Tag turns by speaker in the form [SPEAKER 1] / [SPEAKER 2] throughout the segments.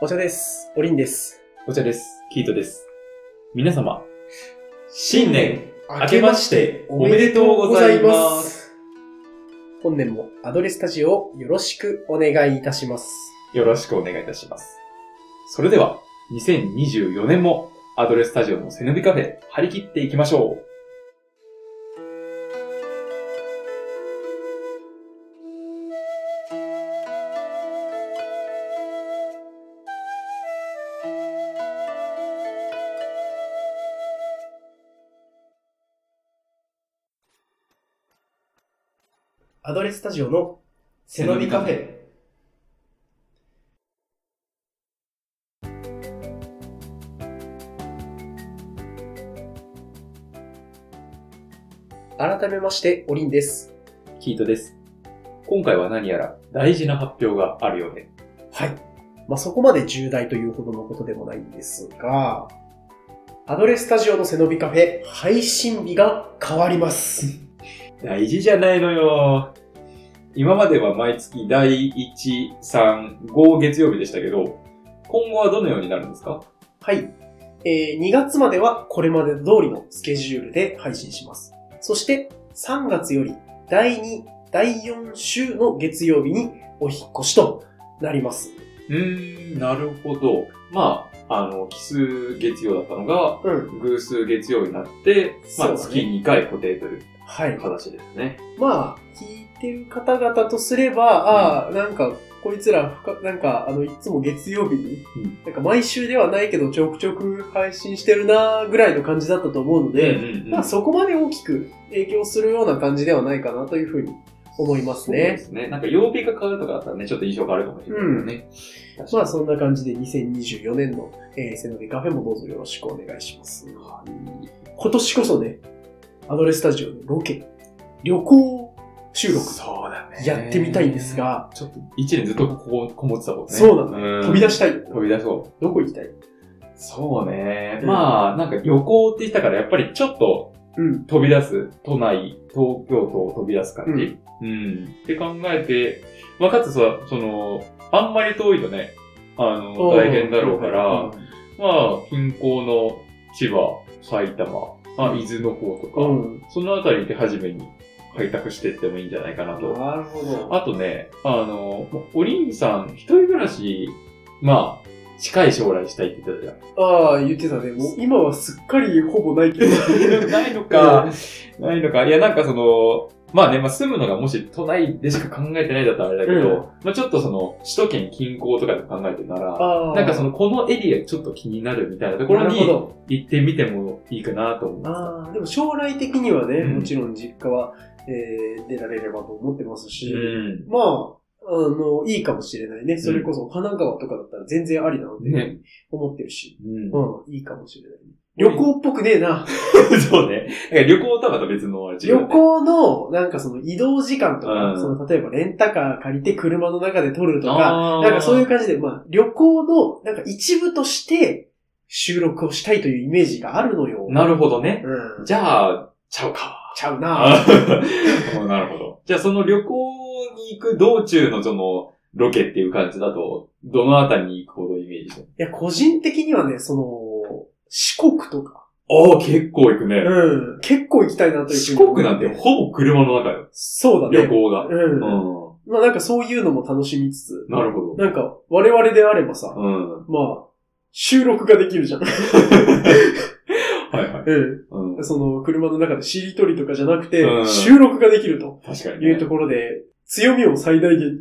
[SPEAKER 1] お茶です。おりんです。
[SPEAKER 2] お茶です。キートです。皆様、新年明けましておめでとうございます。
[SPEAKER 1] す。本年もアドレスタジオをよろしくお願いいたします。
[SPEAKER 2] よろしくお願いいたします。それでは、2024年もアドレススタジオの背伸びカフェ、張り切っていきましょう。
[SPEAKER 1] アドレスタジオの背
[SPEAKER 2] 伸びカフェ。
[SPEAKER 1] 改めまして、おりんです。
[SPEAKER 2] キートです。今回は何やら大事な発表があるようで、
[SPEAKER 1] はい。まあ、そこまで重大というほどのことでもないんですが、アドレスタジオの背伸びカフェ、配信日が変わります。
[SPEAKER 2] 大事じゃないのよ。今までは毎月第1、3、5月曜日でしたけど、今後はどのようになるんですか
[SPEAKER 1] はい。えー2月まではこれまでの通りのスケジュールで配信します。そして3月より第2、第4週の月曜日にお引っ越しとなります。
[SPEAKER 2] うーん、なるほど。まあ、あの、奇数月曜だったのが、
[SPEAKER 1] うん。
[SPEAKER 2] 偶数月曜になって、
[SPEAKER 1] そ
[SPEAKER 2] まあ、
[SPEAKER 1] うだね
[SPEAKER 2] 月2回固定という
[SPEAKER 1] はい。
[SPEAKER 2] 形ですね。
[SPEAKER 1] まあ、聞いてる方々とすれば、ああ、なんか、こいつらふか、なんか、あの、いつも月曜日に、
[SPEAKER 2] うん
[SPEAKER 1] なんか毎週ではないけど、ちょくちょく配信してるなぐらいの感じだったと思うので、
[SPEAKER 2] うんうんうん
[SPEAKER 1] まあ、そこまで大きく影響するような感じではないかなというふうに思います
[SPEAKER 2] そう
[SPEAKER 1] ね
[SPEAKER 2] で。すね。なんか曜日が変わるとかだったらね、ちょっと印象があるかもしれないよね。確
[SPEAKER 1] ま
[SPEAKER 2] か
[SPEAKER 1] あそんな感じで2024年の、えー、セノビカフェもどうぞよろしくお願いします。
[SPEAKER 2] に
[SPEAKER 1] 今年こそね、アドレススタジオのロケ、旅行収録
[SPEAKER 2] そうだね。
[SPEAKER 1] やってみたいんです。が、
[SPEAKER 2] ちょっと、一年ずっとここ、こもってたもんね。
[SPEAKER 1] そうな
[SPEAKER 2] の
[SPEAKER 1] 飛び出したい。
[SPEAKER 2] 飛び出そう。
[SPEAKER 1] どこ行きたい
[SPEAKER 2] そうね。
[SPEAKER 1] うん
[SPEAKER 2] まあ、なんか旅行って言ったから、やっぱりちょっと
[SPEAKER 1] うん。
[SPEAKER 2] 飛び出す、都内、東京都を飛び出す感じ。うん。って考えて、まあ、かつさ、その、あんまり遠いとね、あの、大変だろうから、まあ、近郊の千葉、埼玉、まあ、伊豆の方とか、
[SPEAKER 1] うん。うん。
[SPEAKER 2] そのあたりで初めに開拓していってもいいんじゃないかなと
[SPEAKER 1] なるほど。
[SPEAKER 2] あとね、あの、おりんさん、一人暮らし、まあ、近い将来したいって言ってた
[SPEAKER 1] ああ、言ってたね。もう今はすっかりほぼ ないけど。
[SPEAKER 2] じゃん。ないのか、ないのか。いや、なんかその、まあね、まあ住むのがもし都内でしか考えてないだったらあれだけど、
[SPEAKER 1] うん
[SPEAKER 2] まあちょっとその、首都圏近郊とかで考えてるなら、
[SPEAKER 1] ああ。
[SPEAKER 2] なんかその、このエリアちょっと気になるみたいなとこ
[SPEAKER 1] な
[SPEAKER 2] ろ
[SPEAKER 1] るほ
[SPEAKER 2] に
[SPEAKER 1] ど。
[SPEAKER 2] 行ってみてもいいかなと思う。
[SPEAKER 1] ああ、でも将来的にはね、
[SPEAKER 2] うん
[SPEAKER 1] もちろん実家は、えー、出られればと思ってますし、
[SPEAKER 2] うん。
[SPEAKER 1] まあ、あの、いいかもしれないね。それこそ神奈川とかだったら全然ありなので
[SPEAKER 2] ね、
[SPEAKER 1] 思ってるし。
[SPEAKER 2] うん。
[SPEAKER 1] うん、いいかもしれない。旅行っぽくねえな。
[SPEAKER 2] そうね。なんか旅行とはまた別のあれ違う
[SPEAKER 1] 旅
[SPEAKER 2] ね
[SPEAKER 1] 行の、なんかその移動時間とか、
[SPEAKER 2] うん
[SPEAKER 1] その例えばレンタカー借りて車の中で撮るとか、
[SPEAKER 2] あー
[SPEAKER 1] なんかそういう感じで、まあ、旅行の、なんか一部として収録をしたいというイメージがあるのよ。
[SPEAKER 2] なるほどね。
[SPEAKER 1] うん。
[SPEAKER 2] じゃあ、ちゃうか。
[SPEAKER 1] ちゃう
[SPEAKER 2] あ
[SPEAKER 1] な。
[SPEAKER 2] もうなるほど。 じゃあその旅行に行く道中のその、ロケっていう感じだと、どのあたりに行くほどイメージして
[SPEAKER 1] いや、個人的にはね、その、四国とか、
[SPEAKER 2] ああ、結構行くね。
[SPEAKER 1] うん、結構行きたいなというふう
[SPEAKER 2] 四
[SPEAKER 1] に思っ
[SPEAKER 2] 国なんてほぼ車の中よ。
[SPEAKER 1] そうだね。
[SPEAKER 2] 旅行が。
[SPEAKER 1] う。
[SPEAKER 2] うんん。
[SPEAKER 1] まあなんかそういうのも楽しみつつ、
[SPEAKER 2] なるほ
[SPEAKER 1] なんか我々であればさ、
[SPEAKER 2] ど。うん。は
[SPEAKER 1] まあ、収録ができるじゃん。
[SPEAKER 2] いはい。
[SPEAKER 1] う
[SPEAKER 2] うん
[SPEAKER 1] ん。。その、車の中でしりとりとかじゃなくて、
[SPEAKER 2] うん
[SPEAKER 1] 収録ができると
[SPEAKER 2] 確かに、
[SPEAKER 1] いうところで、強みを最大限に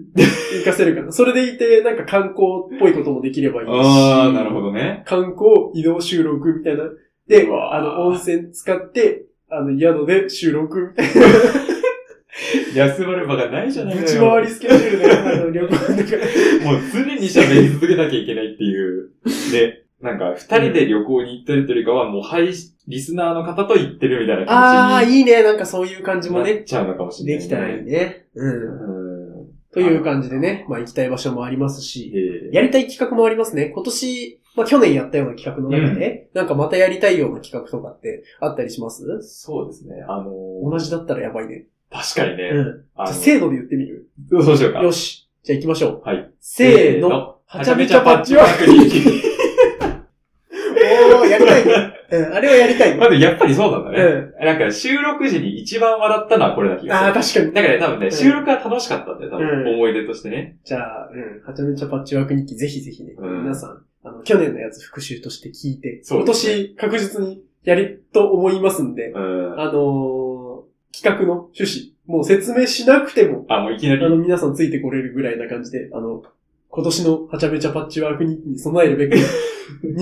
[SPEAKER 1] 活かせるか な。それでいて、なんか観光っぽいこともできればいいし。
[SPEAKER 2] ああ、なるほどね。
[SPEAKER 1] 観光、移動、収録みたいな。で、
[SPEAKER 2] うわー
[SPEAKER 1] あの、温泉使って、あの、宿で収録みたいな。
[SPEAKER 2] 休まる場がないじゃない
[SPEAKER 1] ぶ
[SPEAKER 2] の
[SPEAKER 1] ち
[SPEAKER 2] よ。
[SPEAKER 1] 回りスケジュール で、あの、旅行だから。
[SPEAKER 2] もう常に喋り続けなきゃいけないっていう。で、なんか、二人で旅行に行ったりというよりかは、もう、はい、リスナーの方と行ってるみたいな
[SPEAKER 1] ああ、
[SPEAKER 2] 感じに。
[SPEAKER 1] いいね。なんかそういう感じも
[SPEAKER 2] な
[SPEAKER 1] ね
[SPEAKER 2] っ、ちゃうのかもしれ
[SPEAKER 1] で
[SPEAKER 2] ない、
[SPEAKER 1] きたらいい。ね。うん。
[SPEAKER 2] うん。
[SPEAKER 1] という感じでね、まあ行きたい場所もありますし、
[SPEAKER 2] え
[SPEAKER 1] やりたい企画もありますね。今年、まあ去年やったような企画の中で、なんかまたやりたいような企画とかってあったりします
[SPEAKER 2] ーそうですね。あのー
[SPEAKER 1] 同じだったらやばいね。
[SPEAKER 2] 確かにね。
[SPEAKER 1] うん。じゃ
[SPEAKER 2] あ
[SPEAKER 1] あ
[SPEAKER 2] の
[SPEAKER 1] せーので言ってみる
[SPEAKER 2] そうしようか。
[SPEAKER 1] よし。じゃあ行きましょう。
[SPEAKER 2] はい。
[SPEAKER 1] せーの。。はちゃめちゃパッチワーク に。おー、やりたい。 うん、あれはやりたい。
[SPEAKER 2] まあでもやっぱりそうなんだ
[SPEAKER 1] う
[SPEAKER 2] ね。
[SPEAKER 1] ん。
[SPEAKER 2] なんか収録時に一番笑ったのはこれな気
[SPEAKER 1] ああ、確
[SPEAKER 2] が
[SPEAKER 1] か
[SPEAKER 2] す
[SPEAKER 1] に。
[SPEAKER 2] る。だから多分
[SPEAKER 1] う
[SPEAKER 2] ね、
[SPEAKER 1] ん
[SPEAKER 2] 収録は楽しかったんだよ、多分。
[SPEAKER 1] うん
[SPEAKER 2] 思い出としてね。
[SPEAKER 1] じゃあ、うん、はちゃめちゃパッチワーク日記、ぜひぜひね、
[SPEAKER 2] うん
[SPEAKER 1] 皆さん、あの、去年のやつ復習として聞いて、
[SPEAKER 2] そう
[SPEAKER 1] 今
[SPEAKER 2] ですね
[SPEAKER 1] 年確実にやると思いますんで、
[SPEAKER 2] うん。
[SPEAKER 1] あのー企画の趣旨、もう説明しなくても、
[SPEAKER 2] あ、もういきな
[SPEAKER 1] あ
[SPEAKER 2] り。
[SPEAKER 1] の、皆さんついてこれるぐらいな感じで、あの、今年のはちゃめちゃパッチワーク日記に備える べく、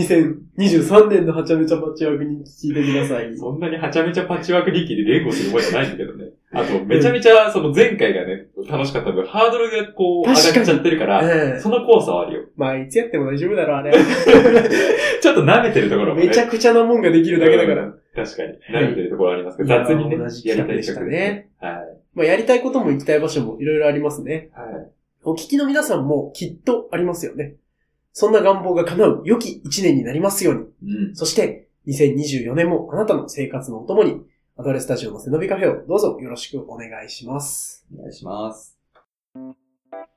[SPEAKER 1] 2023年のはちゃめちゃパッチワーク日記聞いてください。
[SPEAKER 2] そんなにはちゃめちゃパッチワーク力で連呼するもんじゃないんだけどね。あと、めちゃめちゃ、その前回がね、楽しかった分、ハードルがこう、上
[SPEAKER 1] 確かに
[SPEAKER 2] がっちゃってるから、
[SPEAKER 1] うん
[SPEAKER 2] その怖さはあるよ。
[SPEAKER 1] まあ、いつやっても大丈夫だろ、あれ。
[SPEAKER 2] ちょっと舐めてるところもね。
[SPEAKER 1] めちゃくちゃなもんができるだけだから。
[SPEAKER 2] 確かに。舐めてるところありますけど、
[SPEAKER 1] はい
[SPEAKER 2] 雑にね
[SPEAKER 1] いやー同じ、
[SPEAKER 2] や
[SPEAKER 1] 企
[SPEAKER 2] り
[SPEAKER 1] 画
[SPEAKER 2] た
[SPEAKER 1] で
[SPEAKER 2] い
[SPEAKER 1] した
[SPEAKER 2] 曲で
[SPEAKER 1] ね
[SPEAKER 2] ね。はい。
[SPEAKER 1] まあ、やりたいことも行きたい場所もいろいろありますね。
[SPEAKER 2] はい。
[SPEAKER 1] お聞きの皆さんもきっとありますよね。そんな願望が叶う良き一年になりますように。
[SPEAKER 2] うん。
[SPEAKER 1] そして、2024年もあなたの生活のお供に、アドレスタジオの背伸びカフェをどうぞよろしくお願いします。
[SPEAKER 2] お願いします。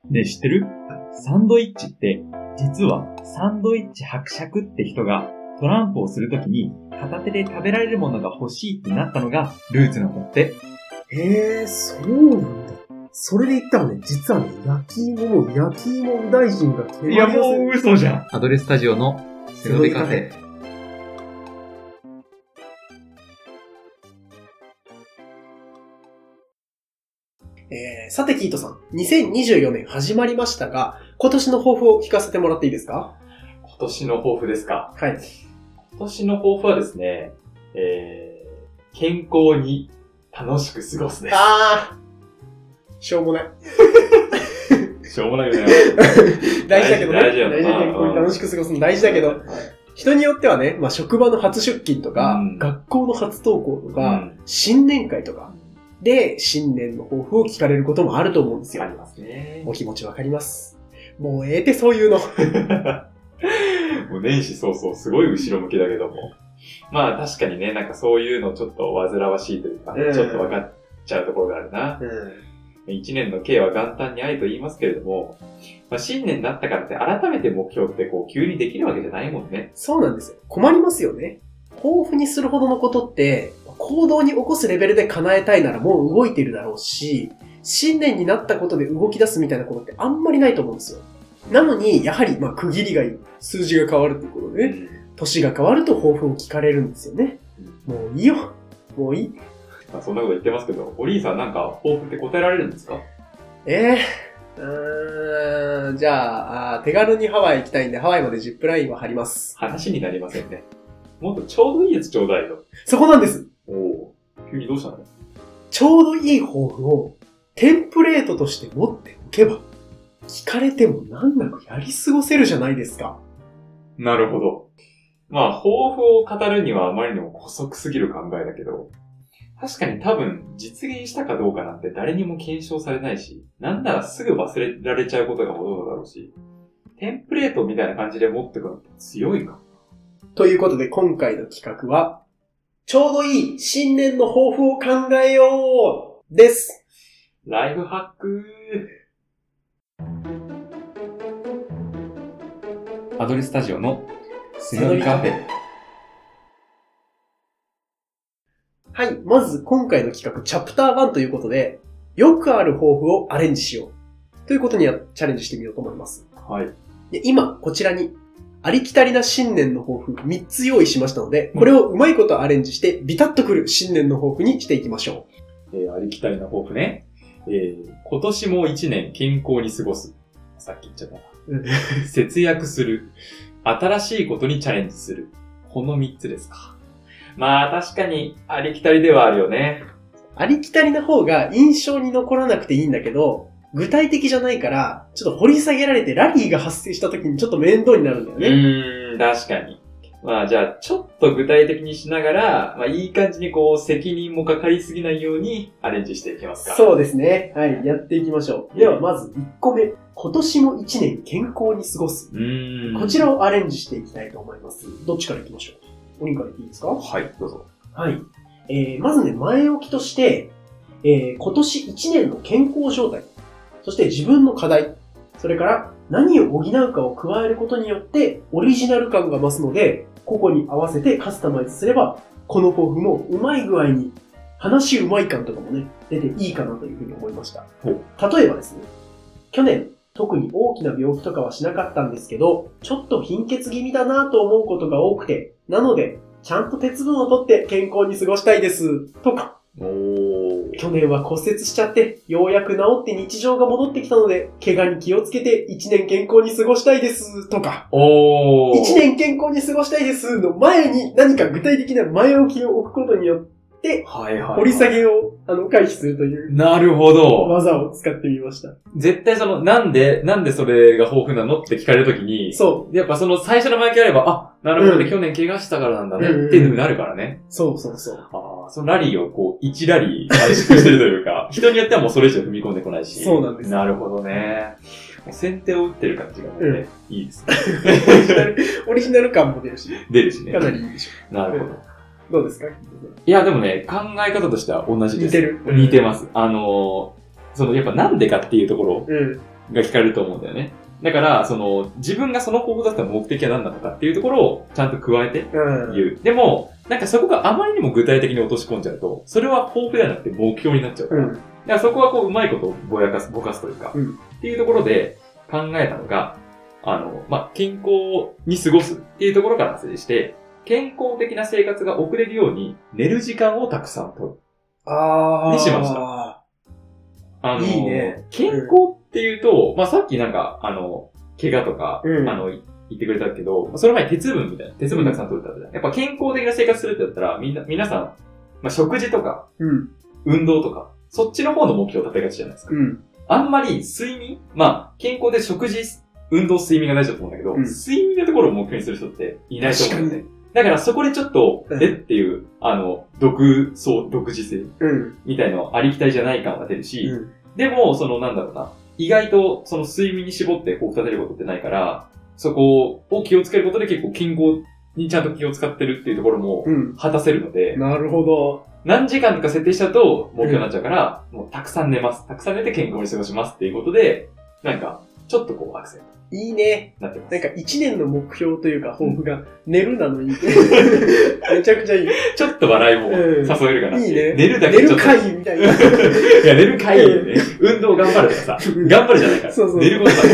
[SPEAKER 2] ねえ、知ってるサンドイッチって、実はサンドイッチ伯爵って人がトランプをするときに片手で食べられるものが欲しいってなったのがルーツなんだって。
[SPEAKER 1] へえ、そうなんだ。それで言ったらね、実はね、焼き芋も焼き芋大臣が決ま
[SPEAKER 2] いや、もう嘘じゃん。アドレススタジオの背
[SPEAKER 1] 伸びカフ
[SPEAKER 2] ェ。
[SPEAKER 1] えー、さて、キートさん、2024年始まりましたが、今年の抱負を聞かせてもらっていいですか
[SPEAKER 2] 今年の抱負ですか
[SPEAKER 1] はい。
[SPEAKER 2] 今年の抱負はですね、えー、健康に楽しく過ごすで
[SPEAKER 1] あー、しょうもない。
[SPEAKER 2] す。しょうもないよね。
[SPEAKER 1] 大事だけどね。
[SPEAKER 2] 大事大事だよな
[SPEAKER 1] 健康に楽しく過ごすの大事だけど、人によってはね、まあ、職場の初出勤とか、
[SPEAKER 2] うん
[SPEAKER 1] 学校の初登校とか、
[SPEAKER 2] うん
[SPEAKER 1] 新年会とかで、新年の抱負を聞かれることもあると思うんですよ。
[SPEAKER 2] ありますね。
[SPEAKER 1] お気持ちわかります。もうええってそういうの。
[SPEAKER 2] もう年始早々すごい後ろ向きだけども。まあ確かにね、なんかそういうのちょっと煩わしいというか、
[SPEAKER 1] うん
[SPEAKER 2] ちょっと分かっちゃうところがあるな。一年の計は元旦に愛と言いますけれども、まあ新年になったからって改めて目標ってこう急にできるわけじゃないもんね。
[SPEAKER 1] そうなんですよ。困りますよね。抱負にするほどのことって、行動に起こすレベルで叶えたいならもう動いてるだろうし、新年になったことで動き出すみたいなことってあんまりないと思うんですよ。なのに、やはり、まあ、区切りがいい。数字が変わるってことで、ね、年が変わると抱負を聞かれるんですよね。もういいよ。もういい。
[SPEAKER 2] まあそんなこと言ってますけど、お兄さんなんか抱負って答えられるんですか
[SPEAKER 1] ええうーん、じゃああー、手軽にハワイ行きたいんで、ハワイまでジップラインは張ります。
[SPEAKER 2] 話になりませんね。もっとちょうどいいやつちょうだいよ。
[SPEAKER 1] そこなんです。
[SPEAKER 2] おお。急にどうしたの
[SPEAKER 1] ちょうどいい抱負をテンプレートとして持っておけば、聞かれても難なくやり過ごせるじゃないですか。
[SPEAKER 2] なるほど。まあ、抱負を語るにはあまりにも古速すぎる考えだけど、確かに多分実現したかどうかなんて誰にも検証されないし、なんならすぐ忘れられちゃうことがほとんどだろうし、テンプレートみたいな感じで持ってくのって強いか。
[SPEAKER 1] ということで今回の企画は、ちょうどいい新年の抱負を考えようです。
[SPEAKER 2] ライフハックアドレススタジオの背
[SPEAKER 1] 伸びカフェはい、まず今回の企画、チャプター1ということで、よくある抱負をアレンジしよう。ということにはチャレンジしてみようと思います。
[SPEAKER 2] はい。
[SPEAKER 1] で今、こちらに、ありきたりな新年の抱負3つ用意しましたので、これをうまいことアレンジして、ビタッとくる新年の抱負にしていきましょ
[SPEAKER 2] えーありきたりな抱負ね。えー今年も一年健康に過ごす。さっき言っちゃったな。節約する。新しいことにチャレンジする。この三つですか。まあ確かにありきたりではあるよね。
[SPEAKER 1] う。ありきたりな方が印象に残らなくていいんだけど、具体的じゃないから、ちょっと掘り下げられてラリーが発生した時にちょっと面倒になるんだよ
[SPEAKER 2] う
[SPEAKER 1] ね。
[SPEAKER 2] ーん、確かに。まあじゃあちょっと具体的にしながら、まあいい感じにこう責任もかかりすぎないようにアレンジしていきますか。う。
[SPEAKER 1] そうですね。はい、やっていきましょう。では、まず1個目。今年も1年健康に過ごす。
[SPEAKER 2] うーん。
[SPEAKER 1] こちらをアレンジしていきたいと思います。どっちからいきましょうお兄からいっていいですか
[SPEAKER 2] はい、どうぞ。
[SPEAKER 1] はい。えー、まずね、前置きとして、えー、今年1年の健康状態、そして自分の課題、それから何を補うかを加えることによって、オリジナル感が増すので、個々に合わせてカスタマイズすれば、この抱負もうまい具合に、話うまい感とかもね、出ていいかなというふうに思いました。
[SPEAKER 2] ほう
[SPEAKER 1] 例えばですね、去年、特に大きな病気とかはしなかったんですけど、ちょっと貧血気味だなと思うことが多くて、なので、ちゃんと鉄分をとって健康に過ごしたいです。とか、
[SPEAKER 2] おー。
[SPEAKER 1] 去年は骨折しちゃって、ようやく治って日常が戻ってきたので、怪我に気をつけて1年健康に過ごしたいです。とか、
[SPEAKER 2] おー。
[SPEAKER 1] 1年健康に過ごしたいです。の前に何か具体的な前置きを置くことによって、
[SPEAKER 2] はいはいはい。
[SPEAKER 1] 掘り下げをあの回避するという
[SPEAKER 2] なるほど。
[SPEAKER 1] 技を使ってみました。
[SPEAKER 2] 絶対その、なんで、なんでそれが豊富なのって聞かれるときに、
[SPEAKER 1] そ
[SPEAKER 2] やっぱその最初の前置きあれば、あ、なるほどね、
[SPEAKER 1] うん
[SPEAKER 2] 去年怪我したからなんだね、
[SPEAKER 1] うんうん
[SPEAKER 2] っていうふうになるからね
[SPEAKER 1] う。。そうそう そう。
[SPEAKER 2] ああ、そのラリーをこう、1ラリー短縮してるとい うか、人によってはもうそれ以上踏み込んでこないし。
[SPEAKER 1] そうなんです
[SPEAKER 2] なるほどね。もう先手を打ってる感じがもうね、いいですね。
[SPEAKER 1] オリジナルオリジナル感も出るし、
[SPEAKER 2] 出るし ね
[SPEAKER 1] か。なりいいでしょ
[SPEAKER 2] なるほど。
[SPEAKER 1] う。どうですか
[SPEAKER 2] いや、でもね、考え方としては同じで
[SPEAKER 1] 似
[SPEAKER 2] す。
[SPEAKER 1] てる
[SPEAKER 2] 似てます。あのーその、やっぱなんでかっていうところ
[SPEAKER 1] うん。
[SPEAKER 2] が聞かれると思うんだよね。だから、その、自分がその方法だったら目的は何なのかっていうところをちゃんと加えて
[SPEAKER 1] うん。
[SPEAKER 2] 言う。でも、なんかそこがあまりにも具体的に落とし込んじゃうと、それは抱負ではなくて目標になっちゃうか
[SPEAKER 1] う
[SPEAKER 2] ら。
[SPEAKER 1] ん。
[SPEAKER 2] だからそこはこう、うまいことをぼやかす、ぼかすというか、
[SPEAKER 1] うん
[SPEAKER 2] っていうところで考えたのが、あの、まあ、健康に過ごすっていうところから発生して、健康的な生活が送れるように、寝る時間をたくさんとる。
[SPEAKER 1] あー。。
[SPEAKER 2] にしましたあの、
[SPEAKER 1] いいね
[SPEAKER 2] 健康っていうと、まあ、さっきなんか、あの、怪我とか、
[SPEAKER 1] うん
[SPEAKER 2] あの、い言ってくれたけど、その前に鉄分みたいな、鉄分たくさん取るってあったじゃん。やっぱ健康的な生活するってなったら、みんな、皆さん、まあ、食事とか、
[SPEAKER 1] うん。
[SPEAKER 2] 運動とか、そっちの方の目標を立てがちじゃないですか。
[SPEAKER 1] うん。
[SPEAKER 2] あんまり睡眠まあ、健康で食事、運動、睡眠が大事だと思うんだけど、
[SPEAKER 1] うん
[SPEAKER 2] 睡眠のところを目標にする人っていないと思うんだよね。だからそこでちょっと、
[SPEAKER 1] うん
[SPEAKER 2] えっていう、あの、独創、独自性
[SPEAKER 1] うん。
[SPEAKER 2] みたいのありきたりじゃない感が出るし、でも、そのなんだろうな、意外とその睡眠に絞ってこう立てることってないから、そこを気をつけることで結構健康にちゃんと気を使ってるっていうところも
[SPEAKER 1] うん。
[SPEAKER 2] 果たせるので、
[SPEAKER 1] なるほど。
[SPEAKER 2] 何時間とか設定しちゃうと、目標になっちゃうから、もうたくさん寝ます。たくさん寝て健康に過ごしますっていうことで、なんか、ちょっとこうアクセント
[SPEAKER 1] いいね。
[SPEAKER 2] になってます。
[SPEAKER 1] なんか一年の目標というか抱負が寝るなの に。めちゃくちゃいい。
[SPEAKER 2] ちょっと笑いも
[SPEAKER 1] うん
[SPEAKER 2] 誘えるかなって
[SPEAKER 1] いいうね。
[SPEAKER 2] 寝るだけ
[SPEAKER 1] 寝
[SPEAKER 2] ちょ
[SPEAKER 1] る
[SPEAKER 2] っと。
[SPEAKER 1] 会みたいな。
[SPEAKER 2] いや、寝るかいよね。運動頑張るとかさ、頑張るじゃないから。
[SPEAKER 1] そうそう
[SPEAKER 2] 寝ることだから。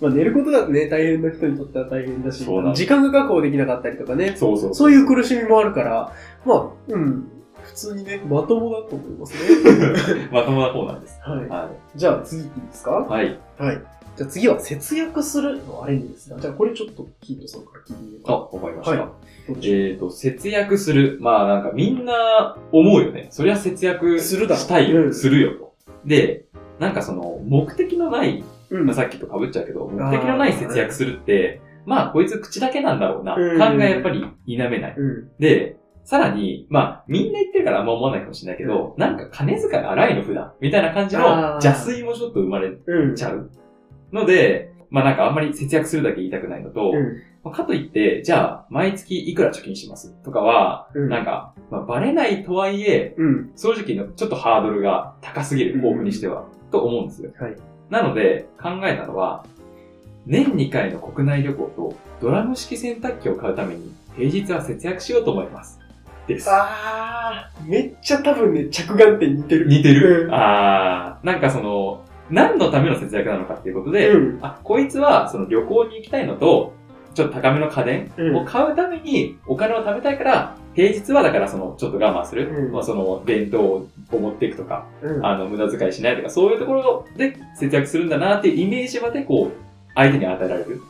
[SPEAKER 1] まあ寝ることだとね、大変な人にとっては大変だし
[SPEAKER 2] そうな、の
[SPEAKER 1] 時間が確保できなかったりとかね、
[SPEAKER 2] そうそう。
[SPEAKER 1] そういう苦しみもあるから、まあ、うん、普通にね、まともだと思います ね。
[SPEAKER 2] まともな方なんです。
[SPEAKER 1] は。
[SPEAKER 2] はい
[SPEAKER 1] じゃあ次いいですか
[SPEAKER 2] い。はい。
[SPEAKER 1] はい。じゃあ次は節約するのアレンジですが、じゃあこれちょっとヒントさんから聞いてみよう
[SPEAKER 2] あ、
[SPEAKER 1] か。
[SPEAKER 2] わかりました。
[SPEAKER 1] はいどうでしょう
[SPEAKER 2] えっ、と、節約する。まあなんかみんな思うよね。そりゃ節約
[SPEAKER 1] するだろう
[SPEAKER 2] したいよ。
[SPEAKER 1] うん
[SPEAKER 2] するよと。で、なんかその、目的のない、
[SPEAKER 1] うん
[SPEAKER 2] まあ、さっきと被っちゃうけど、目的のない節約するって、まあこいつ口だけなんだろうな。
[SPEAKER 1] うん
[SPEAKER 2] 考えやっぱり否めない。
[SPEAKER 1] うん。
[SPEAKER 2] で、さらに、まあみんな言ってるからあんま思わないかもしれないけど、なんか金遣い荒いの普段。みたいな感じの
[SPEAKER 1] あー
[SPEAKER 2] 邪推もちょっと生まれ
[SPEAKER 1] うん。
[SPEAKER 2] ちゃう。ので、まあなんかあんまり節約するだけ言いたくないのと、
[SPEAKER 1] うん。
[SPEAKER 2] まあかといって、じゃあ、毎月いくら貯金しますとかは、
[SPEAKER 1] うん
[SPEAKER 2] なんか、まあ、バレないとはいえ、
[SPEAKER 1] うん。
[SPEAKER 2] 正直のちょっとハードルが高すぎる、抱負にしては、と思うんですよ。
[SPEAKER 1] はい。
[SPEAKER 2] なので、考えたのは、年2回の国内旅行とドラム式洗濯機を買うために、平日は節約しようと思います。です。
[SPEAKER 1] あー、めっちゃ多分ね、着眼点似てる。
[SPEAKER 2] 似てる、
[SPEAKER 1] うん
[SPEAKER 2] あー、なんかその、何のための節約なのかっていうことで、
[SPEAKER 1] うん。
[SPEAKER 2] あ、こいつはその旅行に行きたいのと、ちょっと高めの家電
[SPEAKER 1] うん
[SPEAKER 2] を買うためにお金を貯めたいから、平日はだからそのちょっと我慢する。
[SPEAKER 1] うん
[SPEAKER 2] まあその弁当を持っていくとか、
[SPEAKER 1] うん
[SPEAKER 2] あの無駄遣いしないとか、そういうところで節約するんだなっていうイメージまでこう、相手に与えられる。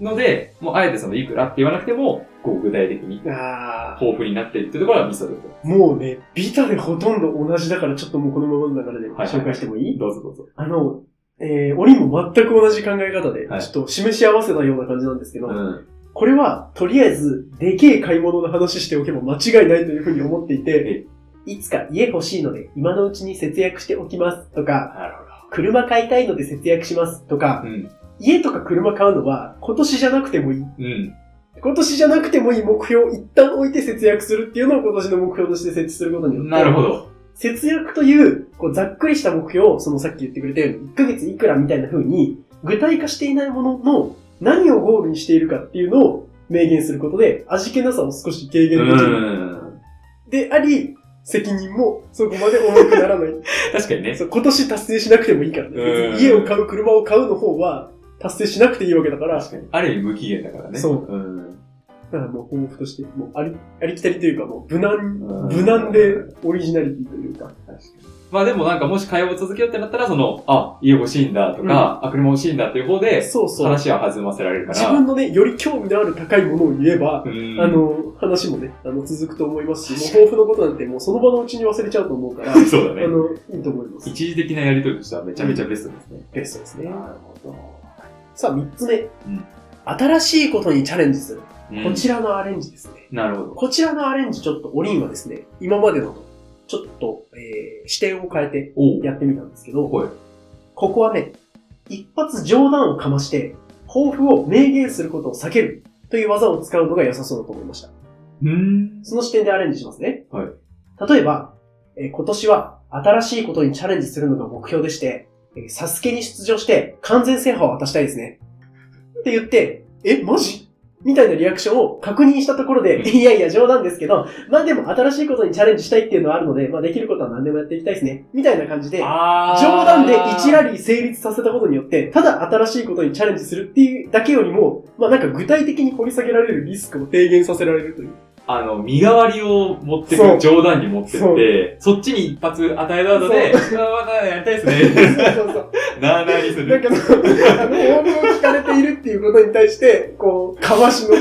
[SPEAKER 2] ので、もうあえてそのいくらって言わなくても、こう具体的に
[SPEAKER 1] あ
[SPEAKER 2] 豊富になっているっていうところはミソだと。
[SPEAKER 1] ーもうね、ビタでほとんど同じだから、ちょっともうこのままの流れで
[SPEAKER 2] はい
[SPEAKER 1] 紹介してもいい、
[SPEAKER 2] どうぞどうぞ。
[SPEAKER 1] あの、えー、俺も全く同じ考え方で、
[SPEAKER 2] はい
[SPEAKER 1] ちょっと示し合わせたような感じなんですけど、
[SPEAKER 2] うん。
[SPEAKER 1] これは、とりあえず、でけえ買い物の話しておけば間違いないというふうに思っていて、いつか家欲しいので、今のうちに節約しておきますとか、
[SPEAKER 2] なる
[SPEAKER 1] 車買いたいので節約しますとか
[SPEAKER 2] ほ、ど。うん。
[SPEAKER 1] 家とか車買うのは、今年じゃなくてもいい。
[SPEAKER 2] うん。
[SPEAKER 1] 今年じゃなくてもいい目標を一旦置いて節約するっていうのを今年の目標として設置することによって、
[SPEAKER 2] なるほど。
[SPEAKER 1] 節約という、こうざっくりした目標を、そのさっき言ってくれたように、1ヶ月いくらみたいな風に、具体化していないものの何をゴールにしているかっていうのを明言することで、味気なさを少し軽減できる。
[SPEAKER 2] ん。
[SPEAKER 1] であり、責任もそこまで重くならない。
[SPEAKER 2] 確かにね。
[SPEAKER 1] そう今年達成しなくてもいいからね。
[SPEAKER 2] うん
[SPEAKER 1] 別に家を買う、車を買うの方は達成しなくていいわけだから、だ
[SPEAKER 2] 確かに。ある意味無期限だからね。
[SPEAKER 1] そう
[SPEAKER 2] うん。
[SPEAKER 1] からもう抱負として、もうありありきたりというか、もう無難、
[SPEAKER 2] うん
[SPEAKER 1] 無難でオリジナリティというか。
[SPEAKER 2] 確かに。まあでもなんかもし会話を続けようってなったら、その、あ、家欲しいんだとか、あ、車欲しいんだっていう方で、
[SPEAKER 1] そうそう。
[SPEAKER 2] 話は弾ませられるから。
[SPEAKER 1] 自分のね、より興味のある高いものを言えば、
[SPEAKER 2] うん
[SPEAKER 1] あ、の、話もね、あの、続くと思いますし、もう抱負のことなんてもうその場のうちに忘れちゃうと思うから、あ
[SPEAKER 2] そうだね。
[SPEAKER 1] の、いいと思います。
[SPEAKER 2] 一時的なやりとりとしてはめちゃめちゃベストですね。
[SPEAKER 1] ベストですね。
[SPEAKER 2] るほど。
[SPEAKER 1] さあ、三つ目。
[SPEAKER 2] ん
[SPEAKER 1] 新しいことにチャレンジする。こち
[SPEAKER 2] ら。
[SPEAKER 1] らのアレンジですね。
[SPEAKER 2] なるほど。
[SPEAKER 1] こちらのアレンジ、ちょっとオリンはですね、今までのと、ちょっと、えー視点を変えて
[SPEAKER 2] おう。
[SPEAKER 1] やってみたんですけど、
[SPEAKER 2] はい
[SPEAKER 1] ここはね、一発冗談をかまして、抱負を明言することを避けるという技を使うのが良さそうだと思いました。
[SPEAKER 2] うん。
[SPEAKER 1] その視点でアレンジしますね。
[SPEAKER 2] はい
[SPEAKER 1] 例えば、えー今年は新しいことにチャレンジするのが目標でして、えーサスケに出場して完全制覇を果たしたいですね。って言って、え、マジみたいなリアクションを確認したところ
[SPEAKER 2] うん
[SPEAKER 1] で、いやいや冗談ですけど、まあでも新しいことにチャレンジしたいっていうのはあるので、まあできることは何でもやっていきたいですね。みたいな感じで、冗
[SPEAKER 2] あ
[SPEAKER 1] 談で1ラリー成立させたことによって、ただ新しいことにチャレンジするっていうだけよりも、まあなんか具体的に掘り下げられるリスクを低減させられるという。
[SPEAKER 2] あの、身代わりを持って
[SPEAKER 1] そう
[SPEAKER 2] く、冗談に持ってって、そっちに一発与えた後で、うわ、まだやりたいです
[SPEAKER 1] そう
[SPEAKER 2] ね。
[SPEAKER 1] そうそう。
[SPEAKER 2] なあなあにす
[SPEAKER 1] だ
[SPEAKER 2] る。
[SPEAKER 1] けど、あの、オウムを聞かれているっていうことに対して、こう、かわしの、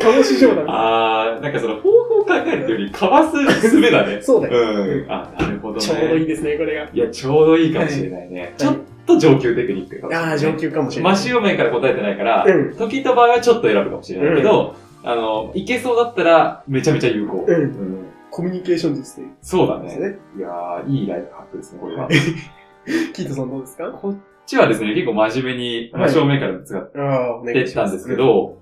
[SPEAKER 1] かわし冗談。
[SPEAKER 2] あー、なんかその方法を考えるというより、かわすすべだね。
[SPEAKER 1] そうだよ。
[SPEAKER 2] うん。あ、なるほどね。
[SPEAKER 1] ちょうどいいですね、これが。
[SPEAKER 2] いや、ちょうどいいかもしれないね。ちょっと上級テクニックかもしれない、
[SPEAKER 1] ああ、上級かもしれな
[SPEAKER 2] 真
[SPEAKER 1] い。
[SPEAKER 2] 正面から答えてないから、
[SPEAKER 1] うん。
[SPEAKER 2] 時と場合はちょっと選ぶかもしれないけど、あの、いけそうだったら、めちゃめちゃ有効。
[SPEAKER 1] うん
[SPEAKER 2] ん
[SPEAKER 1] コミュニケーション術という
[SPEAKER 2] そうだ
[SPEAKER 1] ことです
[SPEAKER 2] ね。
[SPEAKER 1] ね。
[SPEAKER 2] いやー、いいライフハックですね、これは。こ
[SPEAKER 1] キートさんどうですかあ
[SPEAKER 2] っちはですね、結構真面目に、
[SPEAKER 1] はい
[SPEAKER 2] 真正面から使っ
[SPEAKER 1] あ、お
[SPEAKER 2] てたんですけ。ど、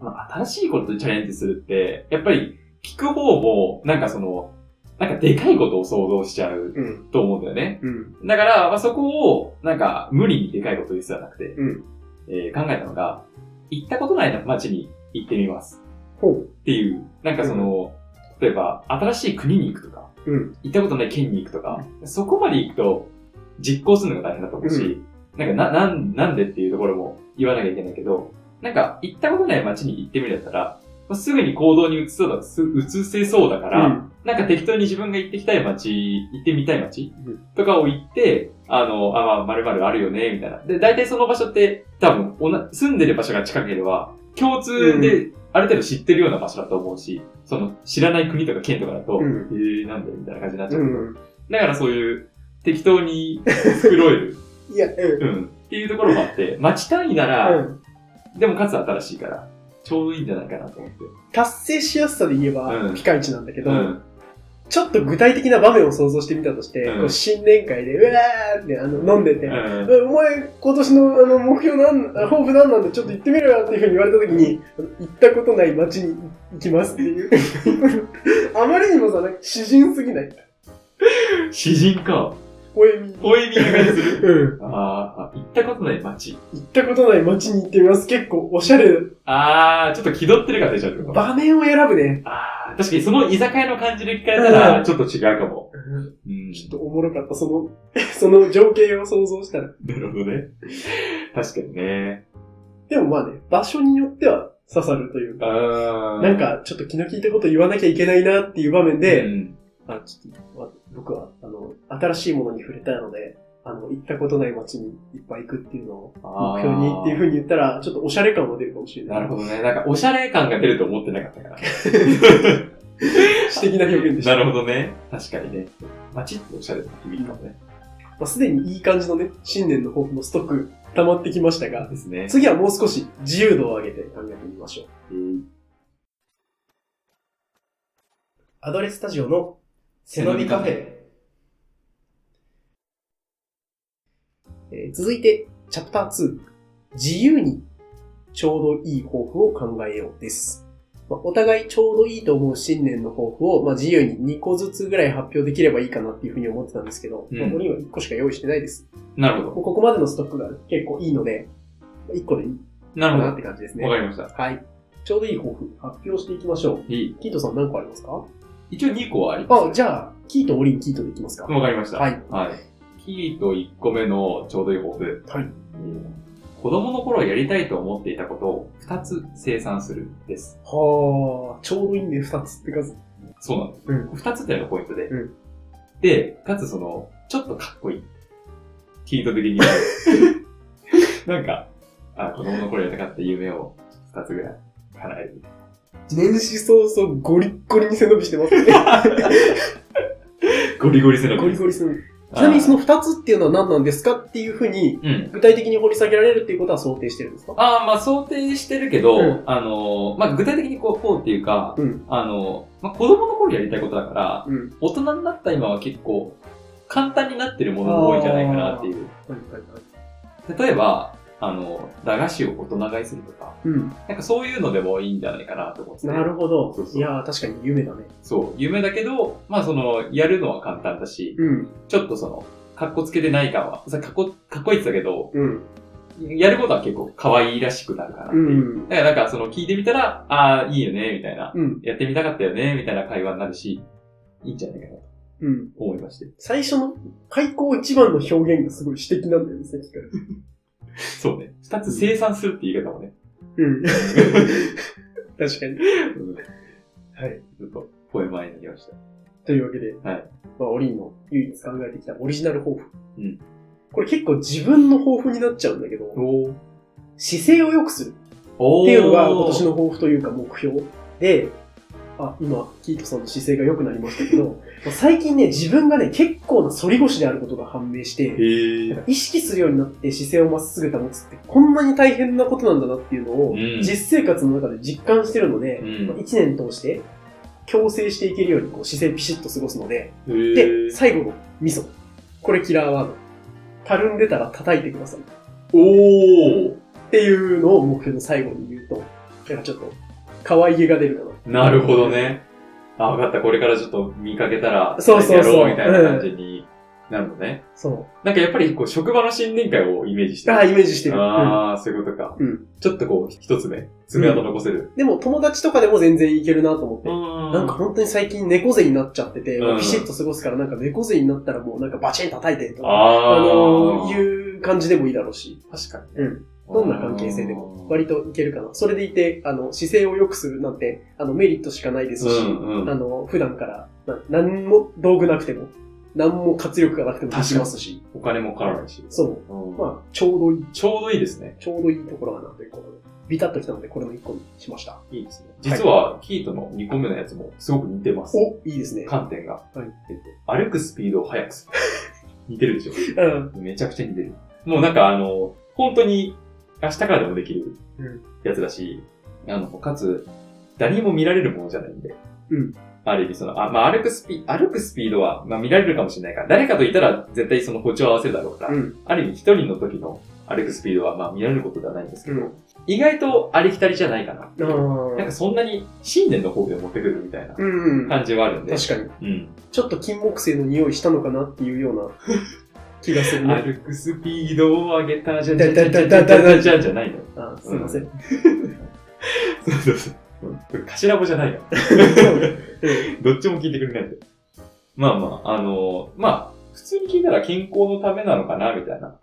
[SPEAKER 2] まあ新しいことにチャレンジするって、やっぱり聞く方も、なんかその、なんかでかいことを想像しちゃう
[SPEAKER 1] うん。
[SPEAKER 2] と思うんだよね。
[SPEAKER 1] うん。
[SPEAKER 2] だから、まあ、そこを、なんか、無理にでかいこと言う必要はなくて、
[SPEAKER 1] うん
[SPEAKER 2] えー考えたのが、行ったことない街に行ってみます。
[SPEAKER 1] ほう。
[SPEAKER 2] っていう、なんかその、例えば、新しい国に行くとか、
[SPEAKER 1] うん。
[SPEAKER 2] 行ったことない県に行くとか、そこまで行くと、実行するのが大変だと思うし、なんかな、なん、なんでっていうところも言わなきゃいけないけど、なんか、行ったことない街に行ってみるだったら、まあすぐに行動に移せそうだ、す移せそうだから、
[SPEAKER 1] うん
[SPEAKER 2] なんか適当に自分が行ってきたい街、行ってみたい街、
[SPEAKER 1] うん
[SPEAKER 2] とかを行って、あの、あ、まあ、まるあるよね、みたいな。で、大体その場所って、多分おな、住んでる場所が近ければ、共通で、ある程度知ってるような場所だと思うし、その、知らない国とか県とかだと、
[SPEAKER 1] うん
[SPEAKER 2] えー、なんだよみたいな感じになっちゃう。
[SPEAKER 1] うん。
[SPEAKER 2] だからそういう、適当に繕 える、
[SPEAKER 1] いや、う
[SPEAKER 2] うん、っていうところもあって、街単位なら、
[SPEAKER 1] ん。うん。
[SPEAKER 2] でもかつ新しいから、ちょうどいいんじゃないかなと思って。
[SPEAKER 1] 達成しやすさで言え
[SPEAKER 2] う
[SPEAKER 1] ば、
[SPEAKER 2] ん
[SPEAKER 1] ピカイチなんだけ
[SPEAKER 2] う
[SPEAKER 1] ど、
[SPEAKER 2] ん。
[SPEAKER 1] ちょっと具体的な場面を想像してみたとして、
[SPEAKER 2] うん
[SPEAKER 1] こう新年会で、うわーってあの飲んでて、
[SPEAKER 2] うん
[SPEAKER 1] えお前、今年のあの目標なん、抱負なんなんだ、ちょっと行ってみろよっていうふうに言われたときに、行ったことない街に行きますっていう。 あまりにもさ、なんか詩人すぎない。
[SPEAKER 2] 詩人か。
[SPEAKER 1] ポエミー。
[SPEAKER 2] ポエミーな感じす る。
[SPEAKER 1] うん。
[SPEAKER 2] あーあ、行ったことない街。
[SPEAKER 1] 行ったことない街に行ってみます。結構おしゃれ。
[SPEAKER 2] あー、ちょっと気取ってる感出ちゃうってこと
[SPEAKER 1] 場面を選ぶね。
[SPEAKER 2] あー、確かにその居酒屋の感じで聞かれたら、
[SPEAKER 1] うん
[SPEAKER 2] ちょっと違うかも。うん。
[SPEAKER 1] ちょっとおもろかった。その、 その情景を想像したら。
[SPEAKER 2] なるほどね。確かにね。
[SPEAKER 1] でもまあね、場所によっては刺さるというか、
[SPEAKER 2] あー。
[SPEAKER 1] なんかちょっと気の利いたこと言わなきゃいけないなっていう場面で、
[SPEAKER 2] うん
[SPEAKER 1] あ、ちょっと、わ僕は、あの、新しいものに触れたいので、あの、行ったことない街にいっぱい行くっていうのを
[SPEAKER 2] あ
[SPEAKER 1] 目
[SPEAKER 2] ー
[SPEAKER 1] 標にっていうふうに言ったら、ちょっとおしゃれ感も出るかもしれない。
[SPEAKER 2] なるほどね。なんか、おしゃれ感が出ると思ってなかったから。
[SPEAKER 1] 詩的な表現でした。
[SPEAKER 2] なるほどね。確かにね。街っておしゃれな響きかもね。
[SPEAKER 1] まあ、すでにいい感じのね、新年の抱負のストック溜まってきましたが、
[SPEAKER 2] ですね。
[SPEAKER 1] 次はもう少し自由度を上げて考えてみましょう。
[SPEAKER 2] えー
[SPEAKER 1] アドレススタジオの背
[SPEAKER 2] 伸びカフェ
[SPEAKER 1] えー続いて、チャプター2。自由にちょうどいい抱負を考えようです。まあお互いちょうどいいと思う新年の抱負を、まあ、自由に2個ずつぐらい発表できればいいかなっていうふうに思ってたんですけど、
[SPEAKER 2] うん
[SPEAKER 1] まあ俺には1個しか用意してないです。
[SPEAKER 2] なるほど。
[SPEAKER 1] ここまでのストックが結構いいので、1個でいい
[SPEAKER 2] な
[SPEAKER 1] か
[SPEAKER 2] るほ
[SPEAKER 1] なって感じです
[SPEAKER 2] ど。わか
[SPEAKER 1] ね。
[SPEAKER 2] りました。
[SPEAKER 1] はい。ちょうどいい抱負、発表していきましょう。
[SPEAKER 2] いい。
[SPEAKER 1] キートさん何個ありますか
[SPEAKER 2] 一応2個はあります。
[SPEAKER 1] あ、じゃあ、キート、オリン、キートでいきますか。
[SPEAKER 2] わかりました。
[SPEAKER 1] はい。
[SPEAKER 2] はい。キーと1個目のちょうどいい抱負。
[SPEAKER 1] はい。
[SPEAKER 2] 子供の頃やりたいと思っていたことを2つ生産するです。
[SPEAKER 1] はあ、ちょうどいいんで2つって数。
[SPEAKER 2] そうなんです。
[SPEAKER 1] うん
[SPEAKER 2] 2つっていうのがポイントで。
[SPEAKER 1] うん
[SPEAKER 2] で、かつその、ちょっとかっこいい。キート的 に。なんか、あ、子供の頃やりたかった夢を2つぐらい叶える。
[SPEAKER 1] 年始早々ゴリッゴリに背伸びしてますね。
[SPEAKER 2] ゴリゴリ背伸 び
[SPEAKER 1] ゴ
[SPEAKER 2] で
[SPEAKER 1] リ
[SPEAKER 2] す。
[SPEAKER 1] ゴリす る。ちなみにそ
[SPEAKER 2] の、
[SPEAKER 1] の2つっていうのは何なんですかっていうふうに、
[SPEAKER 2] うん。
[SPEAKER 1] 具体的に掘り下げられるっていうことは想定してるんですか
[SPEAKER 2] ああ、まあ想定してるけど、
[SPEAKER 1] うん
[SPEAKER 2] あのー、まあ具体的にこう、こうっていうか、
[SPEAKER 1] うん。
[SPEAKER 2] あのー、まあ子供の頃やりたいことだから、
[SPEAKER 1] うん。
[SPEAKER 2] 大人になった今は結構、簡単になってるものが多いんじゃないかなっていう。
[SPEAKER 1] はいはいはい。
[SPEAKER 2] 例えば、あの、駄菓子を大人買いするとか、
[SPEAKER 1] うん。
[SPEAKER 2] なんかそういうのでもいいんじゃないかなと思ってて。
[SPEAKER 1] なるほど。
[SPEAKER 2] そうそう
[SPEAKER 1] いやー、確かに夢だね。
[SPEAKER 2] そう、夢だけど、まあその、やるのは簡単だし、
[SPEAKER 1] うん。
[SPEAKER 2] ちょっとその、かっこつけてない感は、さかっこ、かっこいいって言ってたけど、
[SPEAKER 1] うん。
[SPEAKER 2] やることは結構可愛いらしくなるかなって
[SPEAKER 1] う
[SPEAKER 2] いう。
[SPEAKER 1] ん。
[SPEAKER 2] だからなんかその聞いてみたら、ああ、いいよね、みたいな。
[SPEAKER 1] うん。
[SPEAKER 2] やってみたかったよね、みたいな会話になるし、いいんじゃないかなと
[SPEAKER 1] うん。
[SPEAKER 2] 思いまして。
[SPEAKER 1] 最初の開口一番の表現がすごい詩的なんだよね、さっきから。
[SPEAKER 2] そうね。二つ生産するって言い方もね。
[SPEAKER 1] うん。 確かに。はい。
[SPEAKER 2] ちょっと、ポエマーになりました。
[SPEAKER 1] というわけで、
[SPEAKER 2] はい
[SPEAKER 1] まあ、オリンの唯一考えてきたオリジナル抱負。
[SPEAKER 2] うん
[SPEAKER 1] これ結構自分の抱負になっちゃうんだけど、
[SPEAKER 2] お
[SPEAKER 1] 姿勢を良くする
[SPEAKER 2] お
[SPEAKER 1] っていうのが今年の抱負というか目標で、あ、今、キートさんの姿勢が良くなりましたけど、 まあ最近ね、自分がね、結構な反り腰であることが判明して、
[SPEAKER 2] へえ。
[SPEAKER 1] 意識するようになって姿勢をまっすぐ保つって、こんなに大変なことなんだなっていうのを、
[SPEAKER 2] うん
[SPEAKER 1] 実生活の中で実感してるので、
[SPEAKER 2] うん
[SPEAKER 1] まあ一年通して、強制していけるようにこう姿勢ピシッと過ごすので、
[SPEAKER 2] へ
[SPEAKER 1] で、
[SPEAKER 2] え。
[SPEAKER 1] 最後の味噌。これキラーワード。たるんでたら叩いてください。っ
[SPEAKER 2] おお
[SPEAKER 1] ていうのを目標の最後に言うと、なんかちょっと、可愛げが出るかな。
[SPEAKER 2] なるほどね。あ、わかった。これからちょっと見かけたら、
[SPEAKER 1] そうそうそう
[SPEAKER 2] やろみたいな感じになるのね。
[SPEAKER 1] そ
[SPEAKER 2] なんかやっぱり、こう、職場の新年会をイメージし
[SPEAKER 1] う。
[SPEAKER 2] て
[SPEAKER 1] ああ、イメージしてる。うん
[SPEAKER 2] あー、そういうことか。
[SPEAKER 1] うん
[SPEAKER 2] ちょっとこう、一つ目、爪痕残せる。
[SPEAKER 1] でも友達とかでも全然いけるなと思って。
[SPEAKER 2] な
[SPEAKER 1] なんか、本当に最近猫背になっちゃってて、
[SPEAKER 2] うん
[SPEAKER 1] ピシッと過ごすからなんか猫背になったらもうなんかバチン叩いてとか、あ
[SPEAKER 2] あー
[SPEAKER 1] のいう感じでもいいだろうし。
[SPEAKER 2] 確かに。
[SPEAKER 1] うん。どんな関係性でも割といけるかな。それでいて、あの、姿勢を良くするなんて、あの、メリットしかないですし、
[SPEAKER 2] うんうん
[SPEAKER 1] あの、普段から、な何も道具なくても、何も活力がなくてもできますし、
[SPEAKER 2] お金もかからないし。
[SPEAKER 1] そう。
[SPEAKER 2] うん
[SPEAKER 1] まあ、ちょうどいい、
[SPEAKER 2] ちょうどいいですね。
[SPEAKER 1] ちょうどいいところかなということで、ビタッときたので、これの一個にしました。
[SPEAKER 2] いいですね。実は、キートの2個目のやつもすごく似てます。
[SPEAKER 1] お、いいですね。
[SPEAKER 2] 観点が。
[SPEAKER 1] はい
[SPEAKER 2] えっと歩くスピードを速くする。似てるでしょ
[SPEAKER 1] うん。
[SPEAKER 2] めちゃくちゃ似てる。もうなんかあの、本当に明日からでもできる
[SPEAKER 1] うん
[SPEAKER 2] やつだし、あの、かつ、誰にも見られるものじゃないんで。
[SPEAKER 1] うん
[SPEAKER 2] ある意味その、あ、まあ、歩くスピ、歩くスピードは、まあ、見られるかもしれないから、誰かといたら絶対その歩調を合わせるだろうから、
[SPEAKER 1] うん。
[SPEAKER 2] ある意味一人の時の歩くスピードは、まあ、見られることではないんですけど、
[SPEAKER 1] うん
[SPEAKER 2] 意外とありきたりじゃないかな。
[SPEAKER 1] あ
[SPEAKER 2] なん
[SPEAKER 1] ー
[SPEAKER 2] かそんなに信念の方で持ってくるみたいな
[SPEAKER 1] うん。確
[SPEAKER 2] 感じはあるんで、
[SPEAKER 1] かに。
[SPEAKER 2] うん。
[SPEAKER 1] ちょっと金木犀の匂いしたのかなっていうよ うな気がするね。
[SPEAKER 2] 歩くスピードを上げたじゃんじ
[SPEAKER 1] だ
[SPEAKER 2] ゃんじゃ
[SPEAKER 1] だ
[SPEAKER 2] んじゃ
[SPEAKER 1] だ
[SPEAKER 2] んじ
[SPEAKER 1] だ
[SPEAKER 2] ゃんじ
[SPEAKER 1] だだ
[SPEAKER 2] ゃんじゃんじゃないの。
[SPEAKER 1] あーすいません。
[SPEAKER 2] そうそうそう。これ頭語じゃないよ。どっちも聞いてくれないんで。まあまあ、あのーまあ、普通に聞いたら健康のためなのかな、みたいな。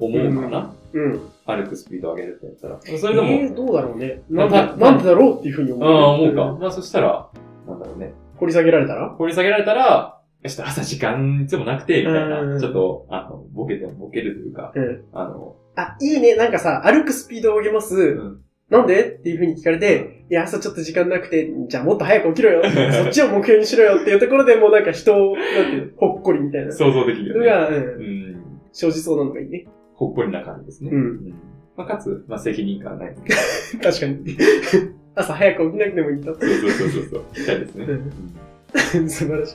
[SPEAKER 2] 思うかな、
[SPEAKER 1] うん。
[SPEAKER 2] 歩くスピードを上げるってやった ら。そ
[SPEAKER 1] え
[SPEAKER 2] れでも、
[SPEAKER 1] ー、どうだろうね。なん
[SPEAKER 2] まあ
[SPEAKER 1] で、なんでだろうっていうふうに思
[SPEAKER 2] あ
[SPEAKER 1] う。
[SPEAKER 2] あ、思うか。。まあそしたら、なんだろうね。
[SPEAKER 1] 掘り下げられたら
[SPEAKER 2] 掘り下げられたら、ちょっと朝時間いつもなくて、みたい
[SPEAKER 1] うん
[SPEAKER 2] な。ちょっと、あの、ボケてもボケるというか、
[SPEAKER 1] うん。
[SPEAKER 2] あの、
[SPEAKER 1] あ、いいね。なんかさ、歩くスピードを上げます。
[SPEAKER 2] うん
[SPEAKER 1] なんでっていうふうに聞かれて、いや、朝ちょっと時間なくて、じゃあもっと早く起き ろよ。そっちを目標にしろよっていうところでもうなんか人を、なんていう の、ほっこりみたいな。
[SPEAKER 2] 想像できる
[SPEAKER 1] そ
[SPEAKER 2] よ
[SPEAKER 1] れ
[SPEAKER 2] ね。
[SPEAKER 1] が、う。
[SPEAKER 2] うんん。
[SPEAKER 1] 生じそうなのがいいね。
[SPEAKER 2] ほっこりな感じですね。
[SPEAKER 1] うん
[SPEAKER 2] まあ、かつ、まあ、責任感はない。
[SPEAKER 1] 確かに。 朝早く起きなくてもいいと。
[SPEAKER 2] そうそうそうそう。そう。したいですね。
[SPEAKER 1] う
[SPEAKER 2] うんん
[SPEAKER 1] 素晴らしい。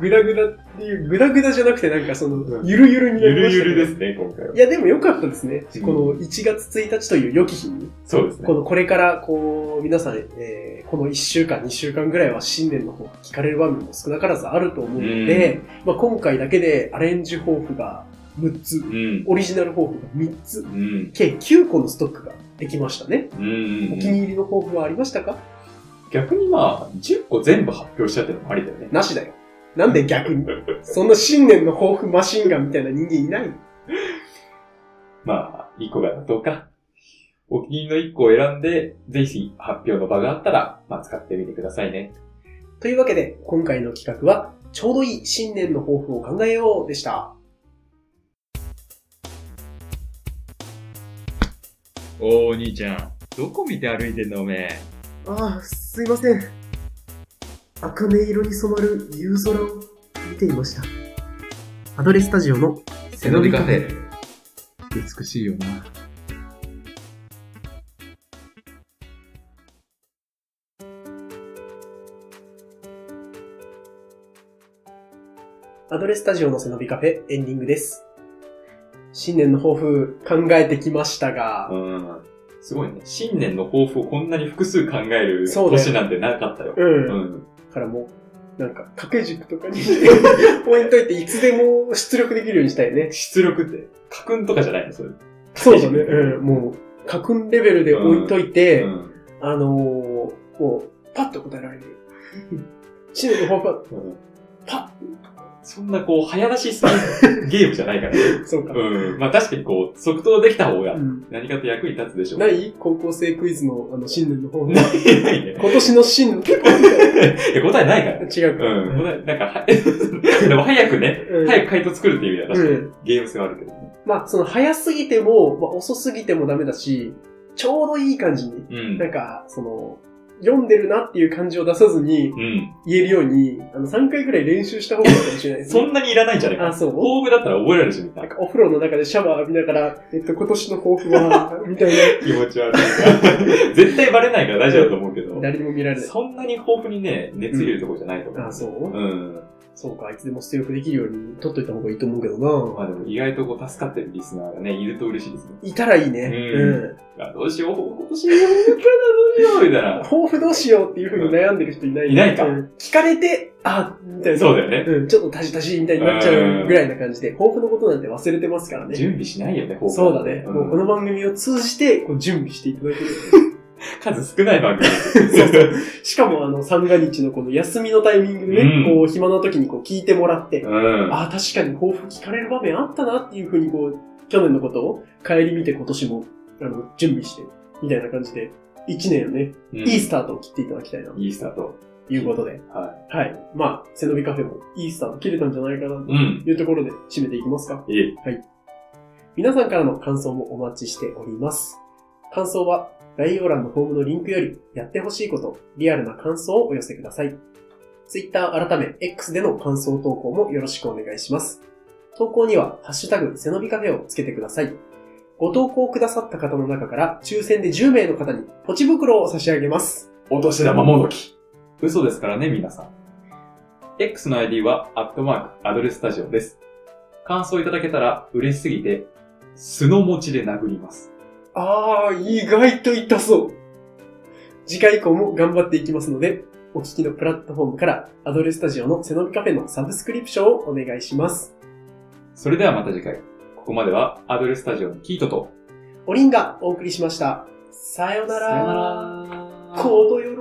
[SPEAKER 1] ぐだぐだっていう、ぐだぐだじゃなくてなんかその、ゆるゆるにな
[SPEAKER 2] ゆ
[SPEAKER 1] りま
[SPEAKER 2] る
[SPEAKER 1] し
[SPEAKER 2] ゆ
[SPEAKER 1] たけど。
[SPEAKER 2] るですね、今回はい
[SPEAKER 1] や、でも良かったですね
[SPEAKER 2] う。ん
[SPEAKER 1] この1月1日という良き日に、
[SPEAKER 2] そうですね
[SPEAKER 1] こ。のこれから、こう、皆さん、えーこの1週間、2週間ぐらいは新年の方が聞かれる場面も少なからずあると思うので、まあ、今回だけでアレンジ抱負が6つ
[SPEAKER 2] う、ん。
[SPEAKER 1] オリジナル抱負が3つ
[SPEAKER 2] う、ん。
[SPEAKER 1] 計9個のストックができましたね。
[SPEAKER 2] うんうん
[SPEAKER 1] お
[SPEAKER 2] う
[SPEAKER 1] 気
[SPEAKER 2] ん。
[SPEAKER 1] に入りの抱負はありましたか
[SPEAKER 2] 逆にまあ、10個全部発表したっていうのもありだよね。
[SPEAKER 1] なしだよ。なんで逆 に。そんな新年の抱負マシンガンみたいな人間いない
[SPEAKER 2] まあ、1個が妥当か。お気に入りの1個を選んで、ぜひ発表の場があったら、まあ使ってみてくださいね。
[SPEAKER 1] というわけで、今回の企画は、ちょうどいい新年の抱負を考えようでした。
[SPEAKER 2] おお兄ちゃん、どこ見て歩いてんのおめえ。
[SPEAKER 1] ああ、すいません。茜色に染まる夕空を見ていました。アドレスタジオの背伸びカフェ。
[SPEAKER 2] ェ。美しいよな。
[SPEAKER 1] アドレスタジオの背伸びカフェエンディングです。新年の抱負考えてきましたが、
[SPEAKER 2] うん。すごいね。新年の抱負をこんなに複数考える
[SPEAKER 1] そうだよ
[SPEAKER 2] 年なんてなかったよ。
[SPEAKER 1] うん。
[SPEAKER 2] う
[SPEAKER 1] だ
[SPEAKER 2] ん。
[SPEAKER 1] からもう、なんか掛け軸とかにポイントいっていつでも出力できるようにしたいね。
[SPEAKER 2] 出力って、家訓とかじゃないのそれ。
[SPEAKER 1] そうだね。
[SPEAKER 2] 掛け軸
[SPEAKER 1] うん、もう、家訓レベルで置いといて、
[SPEAKER 2] うん。
[SPEAKER 1] あのー、もう、パッと答えられる。 新年の抱負は、パ
[SPEAKER 2] そんなこう、早出しするゲームじゃないからね。
[SPEAKER 1] ッそうか。
[SPEAKER 2] うん。まあ確かにこう、即答できた方が
[SPEAKER 1] うん
[SPEAKER 2] 何かと役に立つでしょう。
[SPEAKER 1] ないい高校生クイズのあの新年の方
[SPEAKER 2] ないね。
[SPEAKER 1] 今年の新年結構ある
[SPEAKER 2] いや答えないから。
[SPEAKER 1] 違うか。
[SPEAKER 2] うん。答え、なんか、は でも早くね、
[SPEAKER 1] うん
[SPEAKER 2] 早く回答作るっていう意味では確かに、
[SPEAKER 1] う
[SPEAKER 2] ゲーム性はあるけどね。
[SPEAKER 1] まあ、その早すぎても、まあ、遅すぎてもダメだし、ちょうどいい感じに、
[SPEAKER 2] うん
[SPEAKER 1] な。んか、その、読んでるなっていう感じを出さずに
[SPEAKER 2] うん。
[SPEAKER 1] 言えるように、あの、3回くらい練習した方がいいかもしれないです
[SPEAKER 2] そ
[SPEAKER 1] ね。
[SPEAKER 2] んなにいらないんじゃないか。
[SPEAKER 1] あ、そう
[SPEAKER 2] 抱負だったら覚えられるし、みた
[SPEAKER 1] ないん
[SPEAKER 2] な
[SPEAKER 1] かお風呂の中でシャワー浴びながら、えっと、今年の抱負 は、みたい
[SPEAKER 2] 気持ち悪い。 絶対バレないから大丈夫だと思うけ
[SPEAKER 1] な。
[SPEAKER 2] ど。
[SPEAKER 1] 誰にも見られない。
[SPEAKER 2] そんなに豊富にね、熱入れるとこじゃないと思う。
[SPEAKER 1] あ、そう、
[SPEAKER 2] うん。
[SPEAKER 1] そうか、いつでも出力できるように取っといた方がいいと思うけどな。
[SPEAKER 2] まあでも意外とこう助かってるリスナーがね、いると嬉しいですね。
[SPEAKER 1] いたらいいね。
[SPEAKER 2] うん
[SPEAKER 1] うん
[SPEAKER 2] あどうしよう、今年やるかな、どうしよう、みたいな。
[SPEAKER 1] 抱負どうしようっていうふうに悩んでる人いない、
[SPEAKER 2] うんいないか
[SPEAKER 1] うん聞かれて、あ、みたいな。
[SPEAKER 2] そうだよね。
[SPEAKER 1] うん、ちょっと足し足しみたいになっちゃうぐらいな感じで、抱負のことなんて忘れてますからね。
[SPEAKER 2] 準備しないよね、豊富
[SPEAKER 1] そうだね。
[SPEAKER 2] ん
[SPEAKER 1] もうこの番組を通じて、こう準備していただいてる。
[SPEAKER 2] 数少ない番組。
[SPEAKER 1] そうそう。しかも、あの、三が日のこの休みのタイミングでね、
[SPEAKER 2] うん
[SPEAKER 1] こう、暇な時にこう聞いてもらって、
[SPEAKER 2] うん。
[SPEAKER 1] ああ、確かに抱負聞かれる場面あったなっていうふうに、こう、去年のことを帰り見て今年も、あの、準備して、みたいな感じで、一年をね、
[SPEAKER 2] うん
[SPEAKER 1] いいスタートを切っていただきたいな、と
[SPEAKER 2] いいスタート。
[SPEAKER 1] いうことで。
[SPEAKER 2] は
[SPEAKER 1] はい。まあ、背伸びカフェもいいスタート切れたんじゃないかな、
[SPEAKER 2] い。
[SPEAKER 1] と
[SPEAKER 2] うん。
[SPEAKER 1] いうところで締めていきますか。
[SPEAKER 2] いい。
[SPEAKER 1] 皆さんからの感想もお待ちしております。感想は、概要欄のフォームのリンクより、やってほしいこと、リアルな感想をお寄せください。Twitter 改め X での感想投稿もよろしくお願いします。投稿には、ハッシュタグ、背伸びカフェをつけてください。ご投稿くださった方の中から、抽選で10名の方に、ポチ袋を差し上げます。
[SPEAKER 2] お年玉もどき。嘘ですからね、皆さん。X の ID は、アットマーク、アドレススタジオです。感想いただけたら、嬉しすぎて、素の持ちで殴ります。
[SPEAKER 1] あー、意外と痛そう。次回以降も頑張っていきますので、お聞きのプラットフォームからアドレススタジオの背伸びカフェのサブスクリプションをお願いします。
[SPEAKER 2] それではまた次回。ここまでは、アドレススタジオのキートと、
[SPEAKER 1] おりんがお送りしました。さよなら。
[SPEAKER 2] さよなら
[SPEAKER 1] コードよ